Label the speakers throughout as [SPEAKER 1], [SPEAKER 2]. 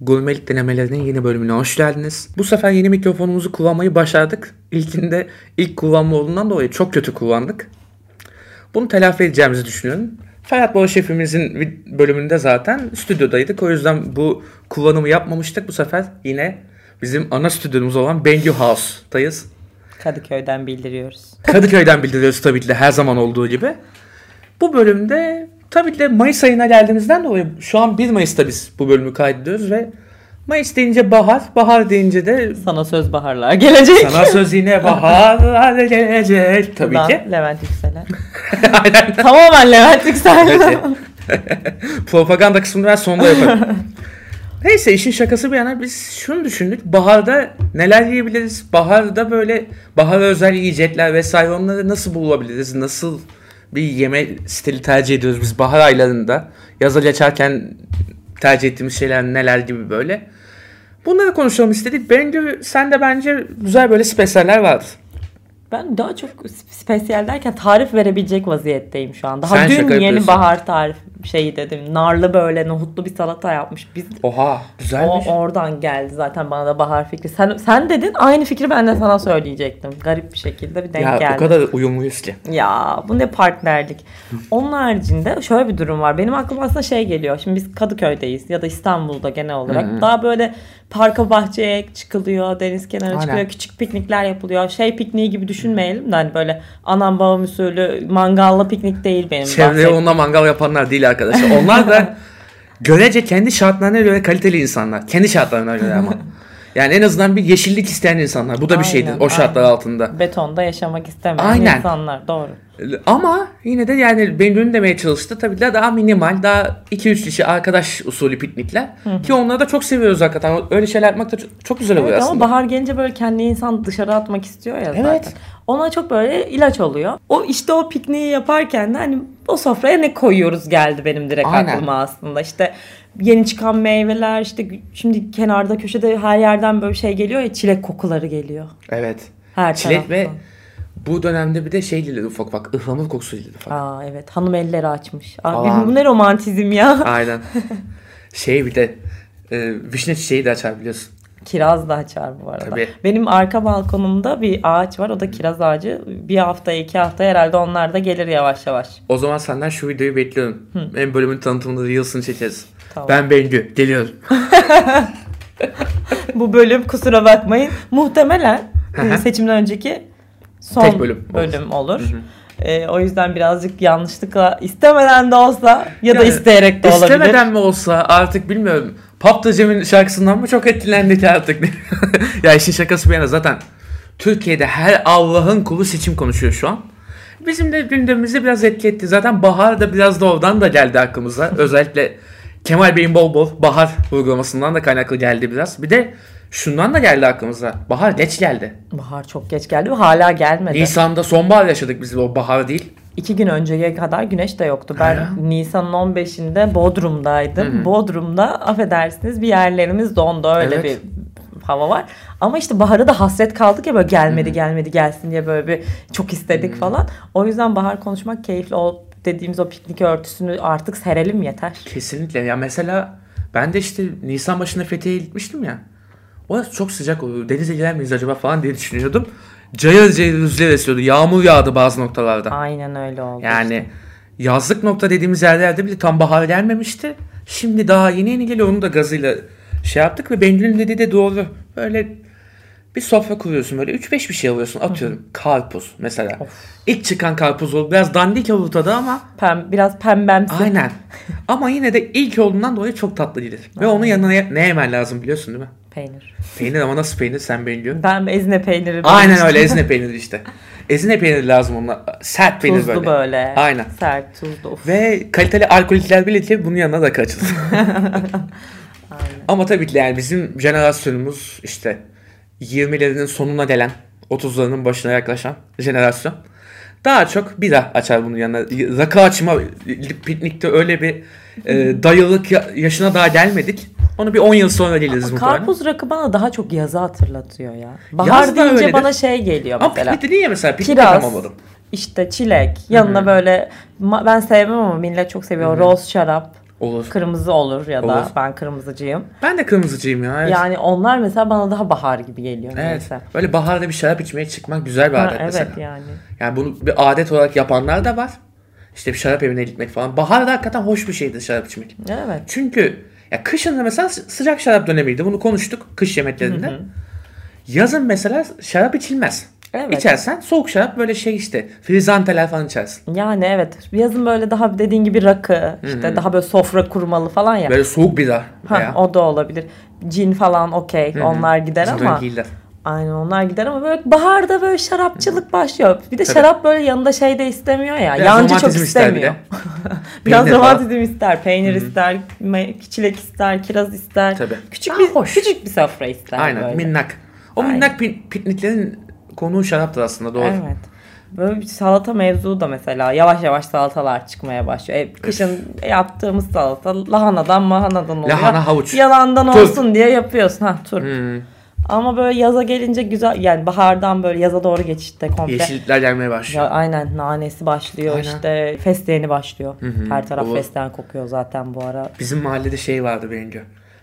[SPEAKER 1] Gurmelik denemelerinin yeni bölümüne hoş geldiniz. Bu sefer yeni mikrofonumuzu kullanmayı başardık. İlkinde ilk kullanma olduğundan dolayı çok kötü kullandık. Bunu telafi edeceğimizi düşünüyorum. Ferhat Bora şefimizin vid- bölümünde zaten stüdyodaydık. O yüzden bu kullanımı yapmamıştık. Bu sefer yine bizim ana stüdyomuz olan Bengü House'tayız.
[SPEAKER 2] Kadıköy'den bildiriyoruz.
[SPEAKER 1] Kadıköy'den bildiriyoruz tabii ki de her zaman olduğu gibi. Bu bölümde tabii ki de Mayıs ayına geldiğimizden dolayı şu an 1 Mayıs'ta biz bu bölümü kaydediyoruz ve Mayıs deyince bahar, bahar deyince de
[SPEAKER 2] Sana söz baharlar gelecek.
[SPEAKER 1] sana söz yine baharlar gelecek tabii
[SPEAKER 2] Buradan
[SPEAKER 1] ki.
[SPEAKER 2] Levent Yüksel'e.
[SPEAKER 1] Aynen.
[SPEAKER 2] Tamamen Levent Yüksel.
[SPEAKER 1] Evet. Propaganda kısmını ben sonda yaparım. Neyse işin şakası bir yana biz şunu düşündük. Baharda neler yiyebiliriz? Baharda böyle bahara özel yiyecekler vesaire onları nasıl bulabiliriz? Nasıl bir yeme stili tercih ediyoruz biz bahar aylarında? Yaza geçerken tercih ettiğimiz şeyler neler gibi böyle. Bunları konuşalım istedik. Bence sen de bence güzel böyle spesiyeller vardı.
[SPEAKER 2] ben daha çok spesiyel derken tarif verebilecek vaziyetteyim şu an. Daha
[SPEAKER 1] Sen şaka
[SPEAKER 2] dün yeni
[SPEAKER 1] yapıyorsun.
[SPEAKER 2] bahar tarif şeyi dedim. Narlı böyle nohutlu bir salata yapmış. Biz
[SPEAKER 1] Oha
[SPEAKER 2] o
[SPEAKER 1] güzelmiş.
[SPEAKER 2] oradan geldi zaten bana da bahar fikri. Sen sen dedin aynı fikri ben de sana söyleyecektim. Garip bir şekilde bir denk
[SPEAKER 1] ya
[SPEAKER 2] geldi.
[SPEAKER 1] o kadar uyumluyuz ki.
[SPEAKER 2] Ya bu ne partnerlik. Onun haricinde şöyle bir durum var. Benim aklıma aslında şey geliyor. Şimdi biz Kadıköy'deyiz ya da İstanbul'da genel olarak. Daha böyle parka bahçeye çıkılıyor, deniz kenarına
[SPEAKER 1] Aynen.
[SPEAKER 2] çıkılıyor, küçük piknikler yapılıyor. Şey pikniği gibi düşünmeyelim de hani böyle anam babam usulü mangalla piknik değil benim
[SPEAKER 1] Çevreye
[SPEAKER 2] bahsettiğim.
[SPEAKER 1] onunla mangal yapanlar değil arkadaşlar. Onlar da görece kendi şartlarına göre kaliteli insanlar. Kendi şartlarına göre ama. Yani en azından bir yeşillik isteyen insanlar. Bu da bir
[SPEAKER 2] Aynen,
[SPEAKER 1] şeydir o şartlar
[SPEAKER 2] aynen.
[SPEAKER 1] altında.
[SPEAKER 2] Betonda yaşamak istemeyen
[SPEAKER 1] Aynen.
[SPEAKER 2] insanlar doğru.
[SPEAKER 1] Ama yine de yani Bengü'nün demeye çalıştı. Tabii ki de daha minimal, daha 2-3 kişi arkadaş usulü piknikler. Ki onları da çok seviyoruz hakikaten. Öyle şeyler yapmak da çok, çok güzel oluyor
[SPEAKER 2] Evet ama
[SPEAKER 1] aslında.
[SPEAKER 2] bahar gelince böyle kendi insan dışarı atmak istiyor ya zaten.
[SPEAKER 1] Evet.
[SPEAKER 2] Ona çok böyle ilaç oluyor. O işte o pikniği yaparken de hani o sofraya ne koyuyoruz geldi benim direkt
[SPEAKER 1] Aynen.
[SPEAKER 2] aklıma aslında. İşte yeni çıkan meyveler işte gü- şimdi kenarda köşede her yerden böyle şey geliyor ya çilek kokuları geliyor.
[SPEAKER 1] Evet.
[SPEAKER 2] Her
[SPEAKER 1] Çilek ve
[SPEAKER 2] taraftan.
[SPEAKER 1] bu dönemde bir de şey gelir ufak ufak. ıhlamur kokusu gelir ufak.
[SPEAKER 2] Aa evet hanım elleri açmış.
[SPEAKER 1] Aman.
[SPEAKER 2] Abi bu ne romantizm ya.
[SPEAKER 1] Aynen. şey bir de e, vişne çiçeği de açar biliyorsun.
[SPEAKER 2] Kiraz da açar bu arada.
[SPEAKER 1] Tabii.
[SPEAKER 2] Benim arka balkonumda bir ağaç var. O da kiraz ağacı. Bir hafta iki hafta herhalde onlar da gelir yavaş yavaş.
[SPEAKER 1] O zaman senden şu videoyu bekliyorum. En bölümün tanıtımında Reels'ını çekeriz.
[SPEAKER 2] Tamam.
[SPEAKER 1] Ben Bengü. Geliyorum.
[SPEAKER 2] Bu bölüm kusura bakmayın. Muhtemelen e, seçimden önceki son
[SPEAKER 1] Tek bölüm olur.
[SPEAKER 2] olur. E, o yüzden birazcık yanlışlıkla istemeden de olsa ya da
[SPEAKER 1] Yani
[SPEAKER 2] isteyerek de olabilir.
[SPEAKER 1] İstemeden mi olsa artık bilmiyorum. Papta Cem'in şarkısından mı çok etkilendik artık? ya işin şakası bir yana zaten. Türkiye'de her Allah'ın kulu seçim konuşuyor şu an. Bizim de gündemimizi biraz etki etti. Zaten bahar da biraz da oradan da geldi aklımıza. Özellikle Kemal Bey'in bol bol bahar uygulamasından da kaynaklı geldi biraz. Bir de şundan da geldi aklımıza. Bahar geç geldi.
[SPEAKER 2] Bahar çok geç geldi ve hala gelmedi.
[SPEAKER 1] Nisan'da sonbahar yaşadık biz o bahar değil.
[SPEAKER 2] İki gün önceye kadar güneş de yoktu. Ben
[SPEAKER 1] Ha.
[SPEAKER 2] Nisan'ın 15'inde Bodrum'daydım. Bodrum'da affedersiniz bir yerlerimiz dondu. Öyle
[SPEAKER 1] Evet.
[SPEAKER 2] bir hava var. Ama işte bahara da hasret kaldık ya böyle gelmedi gelmedi gelsin diye böyle bir çok istedik falan. O yüzden bahar konuşmak keyifli. O dediğimiz o piknik örtüsünü artık serelim yeter.
[SPEAKER 1] Kesinlikle. Ya mesela ben de işte Nisan başında Fethiye'ye gitmiştim ya. Orası çok sıcak oluyor. Denize girer miyiz acaba falan diye düşünüyordum. Cayır cayır rüzgar esiyordu. Yağmur yağdı bazı noktalarda.
[SPEAKER 2] Aynen öyle oldu.
[SPEAKER 1] Yani yazlık nokta dediğimiz yerlerde bile tam bahar gelmemişti. Şimdi daha yeni yeni geliyor. Onu da gazıyla şey yaptık ve Bengül'ün dediği de doğru. Böyle bir sofra kuruyorsun böyle 3-5 bir şey alıyorsun atıyorum. Karpuz mesela. İlk çıkan karpuz oldu. Biraz dandik olur tadı ama
[SPEAKER 2] Pem, biraz pembemsi.
[SPEAKER 1] Aynen. Ama yine de ilk olduğundan dolayı çok tatlı gelir. Ve onun yanına ye- ne yemen lazım biliyorsun değil mi?
[SPEAKER 2] Peynir.
[SPEAKER 1] Peynir ama nasıl peynir sen biliyorsun.
[SPEAKER 2] Ben ezine peyniri.
[SPEAKER 1] Aynen öyle ezine peyniri işte. Ezine peyniri lazım onunla. Sert peynir
[SPEAKER 2] Tuzlu böyle.
[SPEAKER 1] böyle. Aynen.
[SPEAKER 2] Sert tuzlu. Of.
[SPEAKER 1] Ve kaliteli alkolikler bile ki bunun yanına da kaçılır.
[SPEAKER 2] Aynen.
[SPEAKER 1] ama tabii ki de yani bizim jenerasyonumuz işte 20'lerin sonuna gelen 30'larının başına yaklaşan jenerasyon. Daha çok bira açar bunun yanına. Rakı açma piknikte öyle bir e, dayılık ya- yaşına daha gelmedik. Onu bir 10 yıl sonra geliriz muhtemelen.
[SPEAKER 2] Karpuz rakı bana daha çok yazı hatırlatıyor ya. Bahar
[SPEAKER 1] da
[SPEAKER 2] deyince
[SPEAKER 1] öyledir.
[SPEAKER 2] bana şey geliyor
[SPEAKER 1] Ama
[SPEAKER 2] mesela.
[SPEAKER 1] piknikte niye mesela piknik
[SPEAKER 2] Kiraz.
[SPEAKER 1] yapamadım?
[SPEAKER 2] İşte çilek, yanına böyle ma- ben sevmem ama millet çok seviyor. Roz şarap.
[SPEAKER 1] Olur.
[SPEAKER 2] Kırmızı olur ya da
[SPEAKER 1] Olur.
[SPEAKER 2] ben kırmızıcıyım.
[SPEAKER 1] Ben de kırmızıcıyım ya. Evet.
[SPEAKER 2] Yani onlar mesela bana daha bahar gibi geliyor.
[SPEAKER 1] evet.
[SPEAKER 2] neyse.
[SPEAKER 1] Böyle baharda bir şarap içmeye çıkmak güzel bir
[SPEAKER 2] Ha,
[SPEAKER 1] adet
[SPEAKER 2] evet
[SPEAKER 1] mesela.
[SPEAKER 2] yani.
[SPEAKER 1] Yani bunu bir adet olarak yapanlar da var. İşte bir şarap evine gitmek falan. Baharda hakikaten hoş bir şeydir şarap içmek.
[SPEAKER 2] Evet.
[SPEAKER 1] Çünkü ya kışın da mesela sı- sıcak şarap dönemiydi. Bunu konuştuk kış yemeklerinde. Yazın mesela şarap içilmez.
[SPEAKER 2] Evet.
[SPEAKER 1] İçersen soğuk şarap böyle şey işte frizanteler falan içersin.
[SPEAKER 2] Yani evet. Yazın böyle daha dediğin gibi rakı, işte daha böyle sofra kurmalı falan ya.
[SPEAKER 1] Böyle soğuk bira
[SPEAKER 2] Ha,
[SPEAKER 1] veya
[SPEAKER 2] o da olabilir. Cin falan okey. Onlar gider ama.
[SPEAKER 1] Zindan
[SPEAKER 2] Aynen onlar gider ama böyle baharda böyle şarapçılık başlıyor. Bir de şarap böyle yanında şey de istemiyor ya.
[SPEAKER 1] Biraz
[SPEAKER 2] yancı çok
[SPEAKER 1] romantizm ister bir de.
[SPEAKER 2] istemiyor. Biraz
[SPEAKER 1] Peynir falan.
[SPEAKER 2] romantizm ister. Peynir ister, me- çilek ister, kiraz ister.
[SPEAKER 1] Tabii.
[SPEAKER 2] Küçük
[SPEAKER 1] Aa,
[SPEAKER 2] bir
[SPEAKER 1] hoş.
[SPEAKER 2] küçük bir sofra ister
[SPEAKER 1] Aynen
[SPEAKER 2] böyle.
[SPEAKER 1] minnak. O
[SPEAKER 2] Aynen.
[SPEAKER 1] minnak pin- pikniklerin konuğu şaraptır aslında doğru.
[SPEAKER 2] Evet. Böyle bir salata mevzu da mesela yavaş yavaş salatalar çıkmaya başlıyor. E, kışın yaptığımız salata lahanadan mahanadan oluyor.
[SPEAKER 1] Lahana, havuç.
[SPEAKER 2] Yalandan
[SPEAKER 1] Turp.
[SPEAKER 2] olsun diye yapıyorsun. Ha turp.
[SPEAKER 1] Hmm,
[SPEAKER 2] Ama böyle yaza gelince güzel yani bahardan böyle yaza doğru geçişte komple.
[SPEAKER 1] yeşillikler gelmeye başlıyor.
[SPEAKER 2] Ya aynen nanesi başlıyor
[SPEAKER 1] Şey Aynen.
[SPEAKER 2] işte fesleğeni başlıyor. Her taraf
[SPEAKER 1] doğru.
[SPEAKER 2] fesleğen kokuyor zaten bu ara.
[SPEAKER 1] Bizim mahallede şey vardı birinci.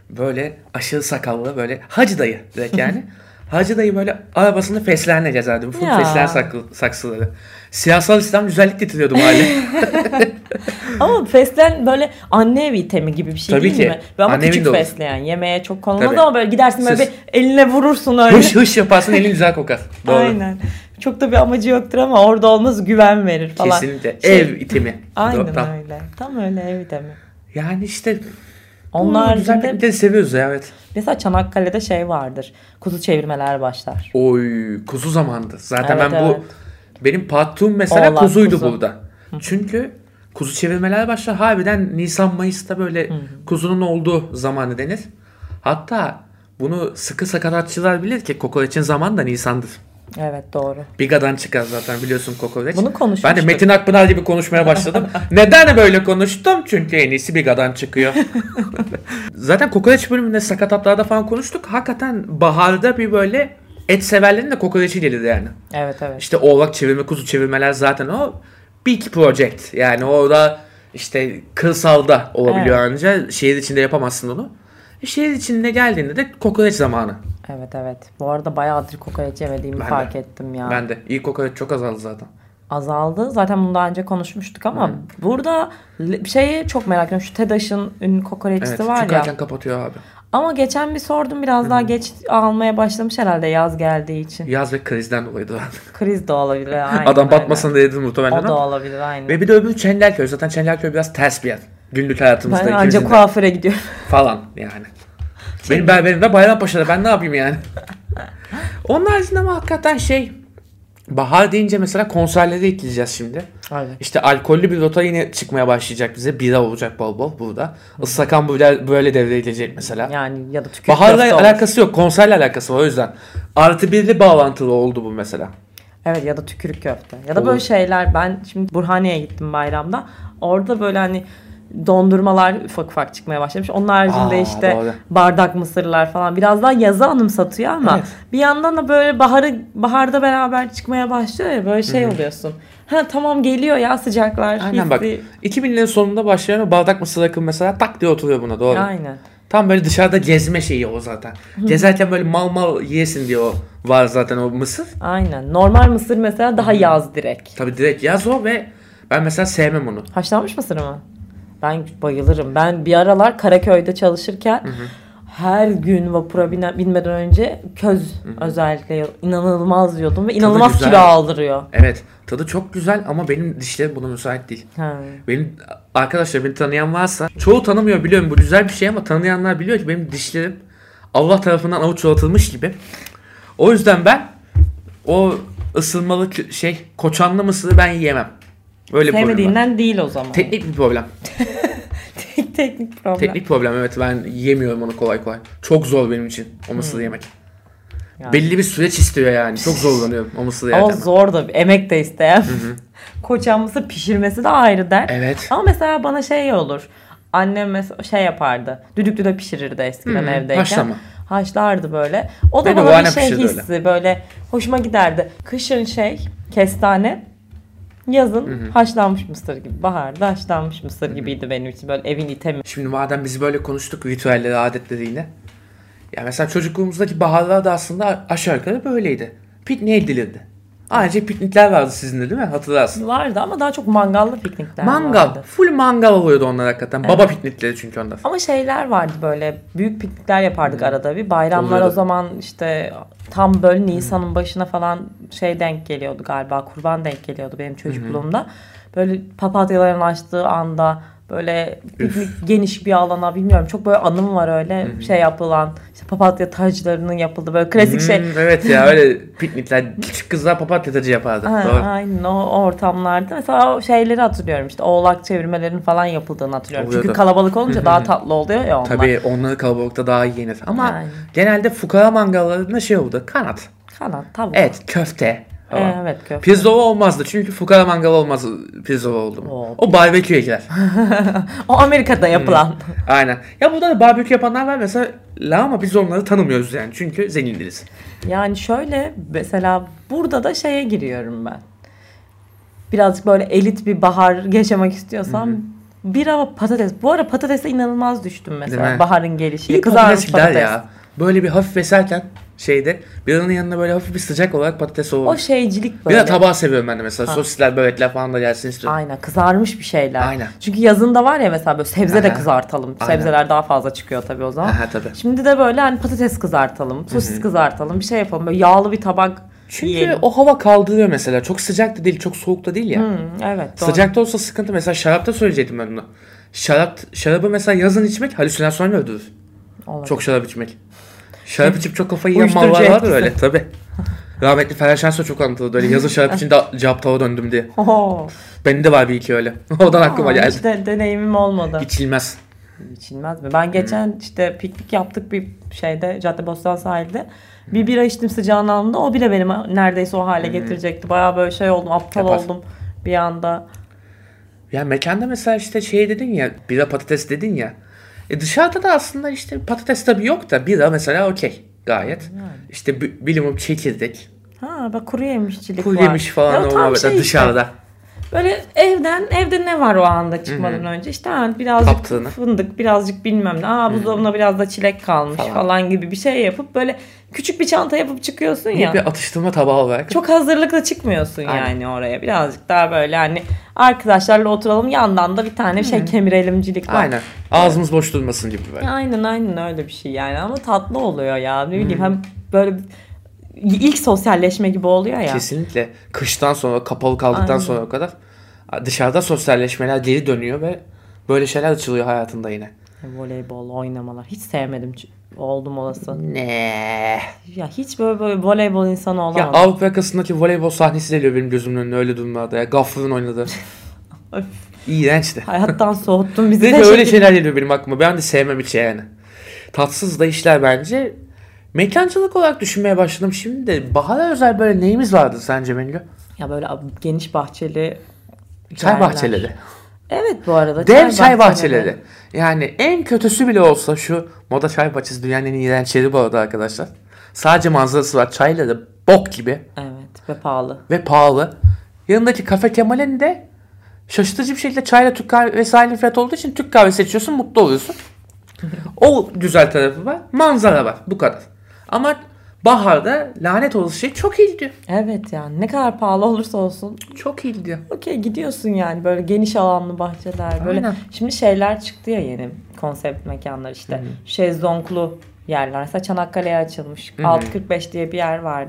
[SPEAKER 1] Böyle aşırı sakallı böyle hacı dayı direkt yani. hacı dayı böyle arabasını fesleğenle gezerdi. Full
[SPEAKER 2] Ya.
[SPEAKER 1] fesleğen saklı- saksıları. Siyasal İslam güzellik getiriyordu mahalle.
[SPEAKER 2] Ama fesleğen böyle anne evi itemi gibi bir şey
[SPEAKER 1] Tabii
[SPEAKER 2] değil
[SPEAKER 1] ki.
[SPEAKER 2] mi? Ama
[SPEAKER 1] Anne
[SPEAKER 2] küçük
[SPEAKER 1] evinde olur.
[SPEAKER 2] fesleğen yemeğe çok konulmaz
[SPEAKER 1] Tabii.
[SPEAKER 2] ama böyle gidersin böyle
[SPEAKER 1] Siz-
[SPEAKER 2] bir eline vurursun öyle.
[SPEAKER 1] hış hış yaparsın elin güzel kokar. Doğru.
[SPEAKER 2] Aynen. Çok da bir amacı yoktur ama orada olması güven verir falan.
[SPEAKER 1] Kesinlikle.
[SPEAKER 2] Şey-
[SPEAKER 1] Ev itimi.
[SPEAKER 2] Aynen
[SPEAKER 1] Doğru, tam.
[SPEAKER 2] öyle. Tam öyle evi de mi?
[SPEAKER 1] Yani işte
[SPEAKER 2] Onlar
[SPEAKER 1] Onlar güzel
[SPEAKER 2] haricinde
[SPEAKER 1] piknikleri seviyoruz ya evet.
[SPEAKER 2] mesela Çanakkale'de şey vardır. Kuzu çevirmeler başlar.
[SPEAKER 1] Oy kuzu zamandı. Zaten
[SPEAKER 2] Evet,
[SPEAKER 1] ben bu
[SPEAKER 2] evet.
[SPEAKER 1] benim pattum mesela
[SPEAKER 2] Oğlak
[SPEAKER 1] kuzuydu
[SPEAKER 2] kuzu.
[SPEAKER 1] burada. Çünkü kuzu çevirmeler başlar. Harbiden Nisan Mayıs'ta böyle kuzunun olduğu zamanı denir. Hatta bunu sıkı sakatatçılar bilir ki kokoreçin zamanı da Nisan'dır.
[SPEAKER 2] Evet doğru.
[SPEAKER 1] Biga'dan çıkar zaten biliyorsun kokoreç.
[SPEAKER 2] Bunu konuşmuştuk.
[SPEAKER 1] Ben de Metin Akpınar gibi konuşmaya başladım. Neden böyle konuştum? Çünkü en iyisi Biga'dan çıkıyor. zaten kokoreç bölümünde sakatatlarda falan konuştuk. Hakikaten baharda bir böyle et severlerin de kokoreçi gelir yani.
[SPEAKER 2] Evet evet.
[SPEAKER 1] İşte oğlak çevirme, kuzu çevirmeler zaten o big project. Yani orada işte kırsalda olabiliyor anca. Şehir içinde yapamazsın onu. E, şehir içinde geldiğinde de kokoreç zamanı.
[SPEAKER 2] Evet evet. Bu arada bayağıdır kokoreç yemediğimi
[SPEAKER 1] Ben de.
[SPEAKER 2] fark ettim ya.
[SPEAKER 1] Ben de. İyi kokoreç çok azaldı zaten.
[SPEAKER 2] Azaldı. Zaten bunu daha önce konuşmuştuk ama burada le- şeyi çok merak ediyorum. Şu TEDAŞ'ın ünlü kokoreççisi
[SPEAKER 1] Evet.
[SPEAKER 2] var
[SPEAKER 1] çünkü
[SPEAKER 2] ya.
[SPEAKER 1] erken kapatıyor abi.
[SPEAKER 2] Ama geçen bir sordum biraz daha geç almaya başlamış herhalde yaz geldiği için.
[SPEAKER 1] Yaz ve krizden dolayıydı.
[SPEAKER 2] Kriz de olabilir. aynen
[SPEAKER 1] Adam
[SPEAKER 2] öyle.
[SPEAKER 1] batmasın diye dedim muhtemelen.
[SPEAKER 2] O da
[SPEAKER 1] ama.
[SPEAKER 2] olabilir aynen.
[SPEAKER 1] Ve bir de öbürü Çengelköy. Zaten Çengelköy biraz ters bir yer. Günlük hayatımızda.
[SPEAKER 2] Ben
[SPEAKER 1] ikimizin
[SPEAKER 2] ancak
[SPEAKER 1] de
[SPEAKER 2] kuaföre gidiyorum.
[SPEAKER 1] Falan yani. Benim berberim de Bayrampaşa'da. Ben ne yapayım yani? Onun haricinde ama hakikaten şey... Bahar deyince mesela konserlere gideceğiz şimdi.
[SPEAKER 2] Evet.
[SPEAKER 1] İşte alkollü bir rota yine çıkmaya başlayacak bize. Bira olacak bol bol burada. Islak hamburger böyle devreye girecek mesela.
[SPEAKER 2] Yani ya da tükürük
[SPEAKER 1] Baharla
[SPEAKER 2] köfte olur.
[SPEAKER 1] alakası yok. Konserle alakası var o yüzden. Artı birli bağlantılı oldu bu mesela.
[SPEAKER 2] Evet ya da tükürük köfte. Ya da
[SPEAKER 1] Olur.
[SPEAKER 2] böyle şeyler. Ben şimdi Burhaniye'ye gittim bayramda. Orada böyle hani dondurmalar ufak ufak çıkmaya başlamış. Onun haricinde
[SPEAKER 1] Aa,
[SPEAKER 2] işte
[SPEAKER 1] doğru.
[SPEAKER 2] bardak mısırlar falan. Biraz daha yazı anımsatıyor ama
[SPEAKER 1] Evet.
[SPEAKER 2] bir yandan da böyle baharı baharda beraber çıkmaya başlıyor ya böyle şey oluyorsun. Ha tamam geliyor ya sıcaklar.
[SPEAKER 1] Aynen bak.
[SPEAKER 2] hissi.
[SPEAKER 1] 2000'lerin sonunda başlayan o bardak mısır akım mesela tak diye oturuyor buna doğru.
[SPEAKER 2] Aynen.
[SPEAKER 1] Tam böyle dışarıda gezme şeyi o zaten. Gezerken böyle mal mal yiyesin diye o var zaten o mısır.
[SPEAKER 2] Aynen. Normal mısır mesela daha yaz direkt.
[SPEAKER 1] Tabi direkt yaz o ve ben mesela sevmem onu.
[SPEAKER 2] Haşlanmış mısır mı? Ben bayılırım. Ben bir aralar Karaköy'de çalışırken her gün vapura bine- binmeden önce köz özellikle inanılmaz yiyordum ve inanılmaz
[SPEAKER 1] güzel.
[SPEAKER 2] kilo aldırıyor.
[SPEAKER 1] Evet tadı çok güzel ama benim dişlerim buna müsait değil.
[SPEAKER 2] Ha.
[SPEAKER 1] Benim arkadaşlar beni tanıyan varsa çoğu tanımıyor biliyorum bu güzel bir şey ama tanıyanlar biliyor ki benim dişlerim Allah tarafından avuç atılmış gibi. O yüzden ben o ısınmalı kü- şey koçanlı mısırı ben yiyemem. Öyle bir problem var.
[SPEAKER 2] Sevmediğinden değil o zaman.
[SPEAKER 1] Teknik bir problem.
[SPEAKER 2] Tek- teknik problem.
[SPEAKER 1] Teknik problem evet ben yiyemiyorum onu kolay kolay. Çok zor benim için o
[SPEAKER 2] Hmm.
[SPEAKER 1] mısırı yemek.
[SPEAKER 2] Yani.
[SPEAKER 1] Belli bir süreç istiyor yani. Çok zorlanıyorum o mısırı
[SPEAKER 2] Ama
[SPEAKER 1] yerken. ben.
[SPEAKER 2] zor da bir- emek de isteyen. Koçan mısır pişirmesi de ayrı der.
[SPEAKER 1] Evet.
[SPEAKER 2] Ama mesela bana şey olur. Annem mesela şey yapardı. Düdüklü de pişirirdi eskiden
[SPEAKER 1] Hı hı,
[SPEAKER 2] evdeyken.
[SPEAKER 1] haşlama.
[SPEAKER 2] Haşlardı böyle. O da
[SPEAKER 1] Benim
[SPEAKER 2] bana bir
[SPEAKER 1] babaannem
[SPEAKER 2] şey
[SPEAKER 1] pişirirdi öyle.
[SPEAKER 2] hissi böyle hoşuma giderdi. Kışın şey kestane Yazın haşlanmış mısır gibi. Baharda haşlanmış mısır gibiydi benim için. Böyle evin itemi.
[SPEAKER 1] Şimdi madem biz böyle konuştuk ritüelleri, adetleriyle. Ya mesela çocukluğumuzdaki baharlar da aslında aşağı yukarı böyleydi. Pikniğe gidilirdi. Ayrıca piknikler vardı sizin de değil mi? Hatırlarsın.
[SPEAKER 2] Vardı ama daha çok mangallı piknikler
[SPEAKER 1] Mangal.
[SPEAKER 2] vardı.
[SPEAKER 1] Full mangal oluyordu onlar hakikaten. Baba piknikleri çünkü onlar.
[SPEAKER 2] Ama şeyler vardı böyle büyük piknikler yapardık arada bir. Bayramlar
[SPEAKER 1] Oluyordu.
[SPEAKER 2] o zaman işte tam böyle Nisan'ın başına falan şey denk geliyordu galiba. Kurban denk geliyordu benim çocukluğumda. Böyle papatyaların açtığı anda böyle piknik geniş bir alana bilmiyorum. Çok böyle anım var öyle şey yapılan. İşte papatya taclarının yapıldığı böyle klasik şey.
[SPEAKER 1] Hmm, evet ya öyle piknikler. Küçük kızlar papatya tacı yapardı.
[SPEAKER 2] Ha,
[SPEAKER 1] Doğru.
[SPEAKER 2] aynen o ortamlarda. Mesela o şeyleri hatırlıyorum işte oğlak çevirmelerinin falan yapıldığını hatırlıyorum.
[SPEAKER 1] Oluyordu.
[SPEAKER 2] Çünkü kalabalık olunca daha tatlı oluyor ya onlar.
[SPEAKER 1] Tabii onları kalabalıkta daha iyi yenir. Ama
[SPEAKER 2] Yani.
[SPEAKER 1] genelde fukara mangallarında şey oldu. Kanat.
[SPEAKER 2] Kanat tavuk.
[SPEAKER 1] Evet köfte. falan.
[SPEAKER 2] Ee, evet köfte.
[SPEAKER 1] Pirzola olmazdı çünkü fukara mangal olmaz pirzola oldu mu.
[SPEAKER 2] Oo.
[SPEAKER 1] O barbeküye girer.
[SPEAKER 2] O Amerika'da yapılan.
[SPEAKER 1] Hmm. Aynen. Ya burada da barbekü yapanlar var mesela la ama biz onları tanımıyoruz yani çünkü zengin değiliz.
[SPEAKER 2] Yani şöyle mesela burada da şeye giriyorum ben. Birazcık böyle elit bir bahar yaşamak istiyorsam bir ama patates. Bu ara patatese inanılmaz düştüm
[SPEAKER 1] Değil mi?
[SPEAKER 2] mesela baharın gelişiyle.
[SPEAKER 1] İyi
[SPEAKER 2] Kızarmış
[SPEAKER 1] patates gider
[SPEAKER 2] patates.
[SPEAKER 1] ya. Böyle bir hafif eserken şeyde biranın yanına böyle hafif bir sıcak olarak patates
[SPEAKER 2] O
[SPEAKER 1] olur.
[SPEAKER 2] şeycilik
[SPEAKER 1] Bir
[SPEAKER 2] böyle.
[SPEAKER 1] de tabağı seviyorum ben de mesela sosisler börekler falan da gelsin istiyorum.
[SPEAKER 2] Aynen kızarmış bir şeyler.
[SPEAKER 1] Aynen.
[SPEAKER 2] Çünkü yazında var ya mesela böyle sebze de
[SPEAKER 1] Aha.
[SPEAKER 2] kızartalım.
[SPEAKER 1] Aynen.
[SPEAKER 2] Sebzeler daha fazla çıkıyor tabii o zaman.
[SPEAKER 1] Aha, tabii.
[SPEAKER 2] Şimdi de böyle hani patates kızartalım, sosis kızartalım, bir şey yapalım. Böyle yağlı bir tabak
[SPEAKER 1] Çünkü
[SPEAKER 2] yiyelim.
[SPEAKER 1] o hava kaldırıyor mesela. Çok sıcak da değil çok soğuk da değil ya.
[SPEAKER 2] Hı, evet doğru.
[SPEAKER 1] Sıcakta olsa sıkıntı. Mesela şarapta söyleyecektim ben bunu. Şarap, şarabı mesela yazın içmek halüsinasyon öldürür.
[SPEAKER 2] Olabilir.
[SPEAKER 1] Çok şarap içmek. Şarap içip çok kafayı yiyen
[SPEAKER 2] Uyuşturucu
[SPEAKER 1] mallar var
[SPEAKER 2] etkisi.
[SPEAKER 1] öyle tabi. Rahmetli Ferhan Şensoy çok anlatıldı öyle yazın şarap içinde cevap tava döndüm diye.
[SPEAKER 2] Oho.
[SPEAKER 1] Benim de var bir iki öyle. Oradan aklıma
[SPEAKER 2] Aa,
[SPEAKER 1] geldi.
[SPEAKER 2] Hiç de, deneyimim olmadı.
[SPEAKER 1] İçilmez.
[SPEAKER 2] İçilmez mi? Ben geçen
[SPEAKER 1] Hmm.
[SPEAKER 2] işte piknik yaptık bir şeyde Caddebostan sahilde. Bir bira içtim sıcağın anında. O bile benim neredeyse o hale getirecekti. Bayağı böyle şey oldum, aptal
[SPEAKER 1] Yapar.
[SPEAKER 2] oldum bir anda.
[SPEAKER 1] Ya mekanda mesela işte şey dedin ya bira patates dedin ya. E dışarıda da aslında işte patates tabii yok da bira mesela okey gayet. İşte bi- minimum çekirdek,
[SPEAKER 2] Ha bak kuru yemişçilik
[SPEAKER 1] kuru
[SPEAKER 2] var.
[SPEAKER 1] yemiş falan
[SPEAKER 2] Ya o
[SPEAKER 1] o
[SPEAKER 2] tam
[SPEAKER 1] muhabbetler
[SPEAKER 2] şey işte.
[SPEAKER 1] dışarıda.
[SPEAKER 2] Böyle evden evde ne var o anda çıkmadan önce işte ha, birazcık
[SPEAKER 1] Kaptığını.
[SPEAKER 2] fındık birazcık bilmem ne aa buzdolabına biraz da çilek kalmış
[SPEAKER 1] Falan.
[SPEAKER 2] falan. gibi bir şey yapıp böyle küçük bir çanta yapıp çıkıyorsun ya.
[SPEAKER 1] Bir atıştırma tabağı olarak.
[SPEAKER 2] Çok hazırlıkla çıkmıyorsun
[SPEAKER 1] Aynen.
[SPEAKER 2] yani oraya birazcık daha böyle hani arkadaşlarla oturalım yandan da bir tane şey kemirelimcilik var. E,
[SPEAKER 1] Aynen. Ağzımız boş durmasın gibi böyle.
[SPEAKER 2] Aynen aynen öyle bir şey yani ama tatlı oluyor ya ne bileyim hem böyle ilk sosyalleşme gibi oluyor ya.
[SPEAKER 1] Kesinlikle. Kıştan sonra kapalı kaldıktan
[SPEAKER 2] Aynen.
[SPEAKER 1] sonra o kadar dışarıda sosyalleşmeler geri dönüyor ve böyle şeyler açılıyor hayatında yine.
[SPEAKER 2] E, Voleybol oynamalar hiç sevmedim ç- oldum olası.
[SPEAKER 1] Ne?
[SPEAKER 2] Ya hiç böyle, böyle voleybol insanı
[SPEAKER 1] Ya
[SPEAKER 2] olamadım.
[SPEAKER 1] Avrupa yakasındaki voleybol sahnesi geliyor benim gözümün önüne öyle durumlarda ya. Gaffur'un oynadığı.
[SPEAKER 2] Öf.
[SPEAKER 1] İğrençti.
[SPEAKER 2] Hayattan soğuttun bizi.
[SPEAKER 1] Bir de
[SPEAKER 2] Teşekkür-
[SPEAKER 1] öyle şeyler geliyor benim aklıma. Ben de sevmem hiç yani. Tatsız da işler bence. Mekancılık olarak düşünmeye başladım. Şimdi de bahara özel böyle neyimiz vardı sence Mengü?
[SPEAKER 2] Ya böyle ab- geniş bahçeli
[SPEAKER 1] Çay
[SPEAKER 2] yerler.
[SPEAKER 1] bahçeleri.
[SPEAKER 2] Evet bu arada.
[SPEAKER 1] Dev çay bahçeleri. Yani en kötüsü bile olsa şu moda çay bahçesi dünyanın en iğrenç yeri bu arada arkadaşlar. Sadece manzarası var. Çayları bok gibi
[SPEAKER 2] Evet ve pahalı.
[SPEAKER 1] ve pahalı. Yanındaki Kafe Kemal'in de şaşırtıcı bir şekilde çayla Türk kahvesi aynı fiyat olduğu için Türk kahvesi seçiyorsun mutlu oluyorsun. o güzel tarafı var. Manzara var. Bu kadar. Ama baharda lanet olası şey çok iyi diyor.
[SPEAKER 2] Evet yani ne kadar pahalı olursa olsun
[SPEAKER 1] Çok iyi diyor.
[SPEAKER 2] okey gidiyorsun yani böyle geniş alanlı bahçeler böyle.
[SPEAKER 1] Aynen.
[SPEAKER 2] Şimdi şeyler çıktı ya yeni konsept mekanlar işte şezlonglu yerler. Mesela Çanakkale'ye açılmış 645 diye bir yer var.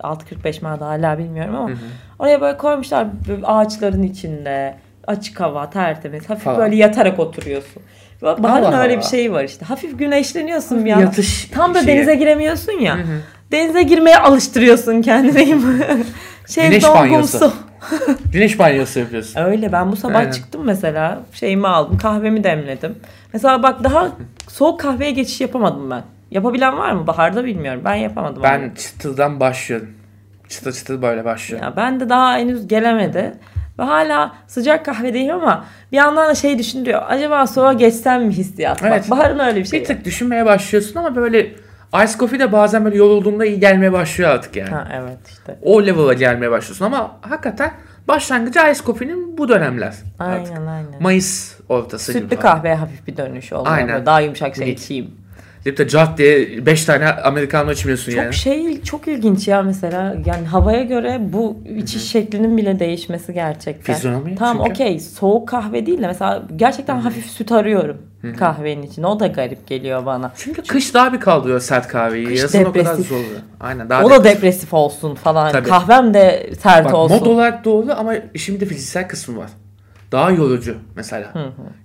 [SPEAKER 2] 645 mi adı hala bilmiyorum ama oraya böyle koymuşlar böyle ağaçların içinde açık hava tertemiz hafif
[SPEAKER 1] Falan.
[SPEAKER 2] böyle yatarak oturuyorsun. Baharın
[SPEAKER 1] Allah
[SPEAKER 2] öyle
[SPEAKER 1] Allah.
[SPEAKER 2] bir şeyi var işte hafif güneşleniyorsun bir yandan.
[SPEAKER 1] Yatış
[SPEAKER 2] Tam da
[SPEAKER 1] şeyi.
[SPEAKER 2] denize giremiyorsun ya. Denize girmeye alıştırıyorsun kendini. şey
[SPEAKER 1] Güneş banyosu.
[SPEAKER 2] dongumsu.
[SPEAKER 1] Güneş banyosu yapıyorsun.
[SPEAKER 2] Öyle ben bu sabah
[SPEAKER 1] Aynen.
[SPEAKER 2] çıktım mesela şeyimi aldım kahvemi demledim. Mesela bak daha soğuk kahveye geçiş yapamadım ben. Yapabilen var mı? Baharda bilmiyorum. Ben yapamadım. onu.
[SPEAKER 1] Ben çıtırdan başlıyorum. Çıtır çıtır böyle başlıyorum.
[SPEAKER 2] Ya ben de daha henüz gelemedi. Ve hala sıcak kahvedeyim ama bir yandan da şey düşünüyor. Acaba soğuğa geçsem mi hissiyat?
[SPEAKER 1] Evet.
[SPEAKER 2] Bak baharın öyle bir şeyi.
[SPEAKER 1] Bir
[SPEAKER 2] var.
[SPEAKER 1] tık düşünmeye başlıyorsun ama böyle Ice Coffee de bazen böyle yorulduğunda iyi gelmeye başlıyor artık yani.
[SPEAKER 2] Ha evet işte.
[SPEAKER 1] O level'a gelmeye başlıyorsun ama hakikaten Başlangıcı Ice Coffee'nin bu dönemler. artık.
[SPEAKER 2] Aynen aynen.
[SPEAKER 1] Mayıs ortası
[SPEAKER 2] Sütlü
[SPEAKER 1] gibi.
[SPEAKER 2] kahveye hafif bir dönüş oluyor.
[SPEAKER 1] Aynen.
[SPEAKER 2] Böyle Daha yumuşak şey
[SPEAKER 1] Minik.
[SPEAKER 2] içeyim.
[SPEAKER 1] Deyip de cart diye 5 tane Amerikanlı içmiyorsun
[SPEAKER 2] Çok
[SPEAKER 1] yani.
[SPEAKER 2] şey çok ilginç ya mesela yani havaya göre bu içiş şeklinin bile değişmesi gerçekten.
[SPEAKER 1] Fizyonomi
[SPEAKER 2] Tamam
[SPEAKER 1] çünkü.
[SPEAKER 2] okey soğuk kahve değil de mesela gerçekten hafif süt arıyorum kahvenin içine o da garip geliyor bana.
[SPEAKER 1] Çünkü kış daha bir kaldırıyor sert kahveyi.
[SPEAKER 2] Kış
[SPEAKER 1] Yazın o kadar
[SPEAKER 2] depresif.
[SPEAKER 1] zor. oluyor. Aynen daha
[SPEAKER 2] o da depresif olsun falan
[SPEAKER 1] Tabii.
[SPEAKER 2] kahvem de sert
[SPEAKER 1] Bak,
[SPEAKER 2] olsun.
[SPEAKER 1] mod olarak doğru ama işin bir de fiziksel kısmı var. Daha yorucu mesela.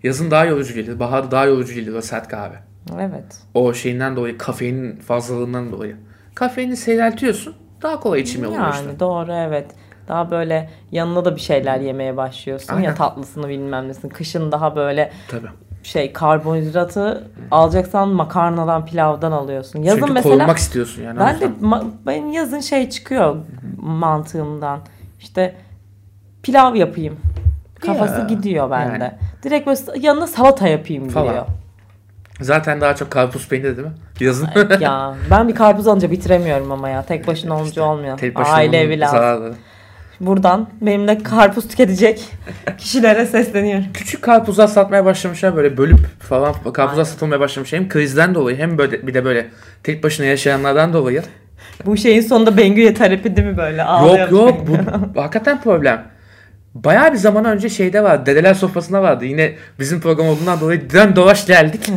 [SPEAKER 1] Yazın daha yorucu gelir. Bahar daha yorucu gelir o sert kahve.
[SPEAKER 2] Evet
[SPEAKER 1] O şeyinden dolayı, kafeinin fazlalığından dolayı. Kafeini seyreltiyorsun. Daha kolay içim yolu
[SPEAKER 2] yani
[SPEAKER 1] işte.
[SPEAKER 2] doğru evet. Daha böyle yanına da bir şeyler yemeye başlıyorsun
[SPEAKER 1] Aynen.
[SPEAKER 2] ya tatlısını bilmem nesini. Kışın daha böyle
[SPEAKER 1] Tabii.
[SPEAKER 2] şey karbonhidratı alacaksan makarnadan pilavdan alıyorsun. Yazın
[SPEAKER 1] Çünkü
[SPEAKER 2] mesela
[SPEAKER 1] korunmak istiyorsun yani. o
[SPEAKER 2] ben de
[SPEAKER 1] yüzden.
[SPEAKER 2] ma- benim yazın şey çıkıyor mantığımdan. İşte pilav yapayım. Kafası
[SPEAKER 1] Ya,
[SPEAKER 2] gidiyor bende.
[SPEAKER 1] yani.
[SPEAKER 2] Direkt böyle yanına salata yapayım
[SPEAKER 1] Falan.
[SPEAKER 2] diyor.
[SPEAKER 1] Zaten daha çok karpuz peyniri değil mi? Yazın.
[SPEAKER 2] ya ben bir karpuz alınca bitiremiyorum ama ya. Tek başına olunca olmuyor.
[SPEAKER 1] Tek başına
[SPEAKER 2] Aile
[SPEAKER 1] bunun
[SPEAKER 2] evi lazım.
[SPEAKER 1] zararları.
[SPEAKER 2] Buradan benimle karpuz tüketecek kişilere sesleniyorum.
[SPEAKER 1] Küçük karpuzlar satmaya başlamışlar böyle bölüp falan karpuzlar
[SPEAKER 2] Aynen.
[SPEAKER 1] satılmaya başlamış. Hem krizden dolayı hem böyle bir de böyle tek başına yaşayanlardan dolayı.
[SPEAKER 2] Bu şeyin sonunda Bengü'ye terapi değil mi böyle?
[SPEAKER 1] Yok
[SPEAKER 2] Ağlıyormuş
[SPEAKER 1] yok
[SPEAKER 2] Bengü.
[SPEAKER 1] bu hakikaten problem. Bayağı bir zaman önce şeyde vardı. Dedeler sofrasında vardı. Yine bizim program olduğundan dolayı dön dolaş geldik.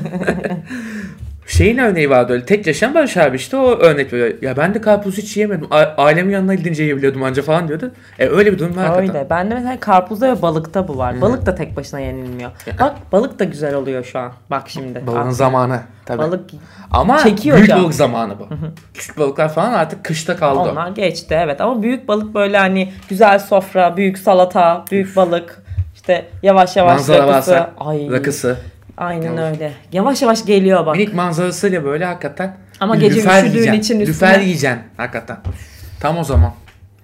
[SPEAKER 1] Şeyin örneği vardı öyle. Tek yaşayan Barış abi işte o örnek veriyor. Ya ben de karpuz hiç yiyemedim. A- ailemin yanına gidince yiyebiliyordum anca falan diyordu. E öyle bir durum var hakikaten.
[SPEAKER 2] Öyle. Ben de mesela karpuzda ve balıkta bu var. Balık da tek başına yenilmiyor. Bak balık da güzel oluyor şu an. Bak şimdi.
[SPEAKER 1] Balığın
[SPEAKER 2] Bak,
[SPEAKER 1] zamanı tabii.
[SPEAKER 2] balık
[SPEAKER 1] Ama
[SPEAKER 2] çekiyor
[SPEAKER 1] büyük
[SPEAKER 2] can.
[SPEAKER 1] balık zamanı bu. Küçük balıklar falan artık kışta kaldı.
[SPEAKER 2] onlar geçti evet ama büyük balık böyle hani güzel sofra, büyük salata, büyük balık işte yavaş yavaş
[SPEAKER 1] Manzara
[SPEAKER 2] rakısı.
[SPEAKER 1] varsa
[SPEAKER 2] Ay,
[SPEAKER 1] rakısı.
[SPEAKER 2] Aynen
[SPEAKER 1] Yavaş.
[SPEAKER 2] öyle. Yavaş yavaş geliyor bak.
[SPEAKER 1] Minik manzarasıyla böyle hakikaten
[SPEAKER 2] Ama
[SPEAKER 1] bir
[SPEAKER 2] gece
[SPEAKER 1] lüfer
[SPEAKER 2] üşüdüğün
[SPEAKER 1] yiyeceksin.
[SPEAKER 2] için üstüne-
[SPEAKER 1] Lüfer yiyeceksin hakikaten. Tam o zaman.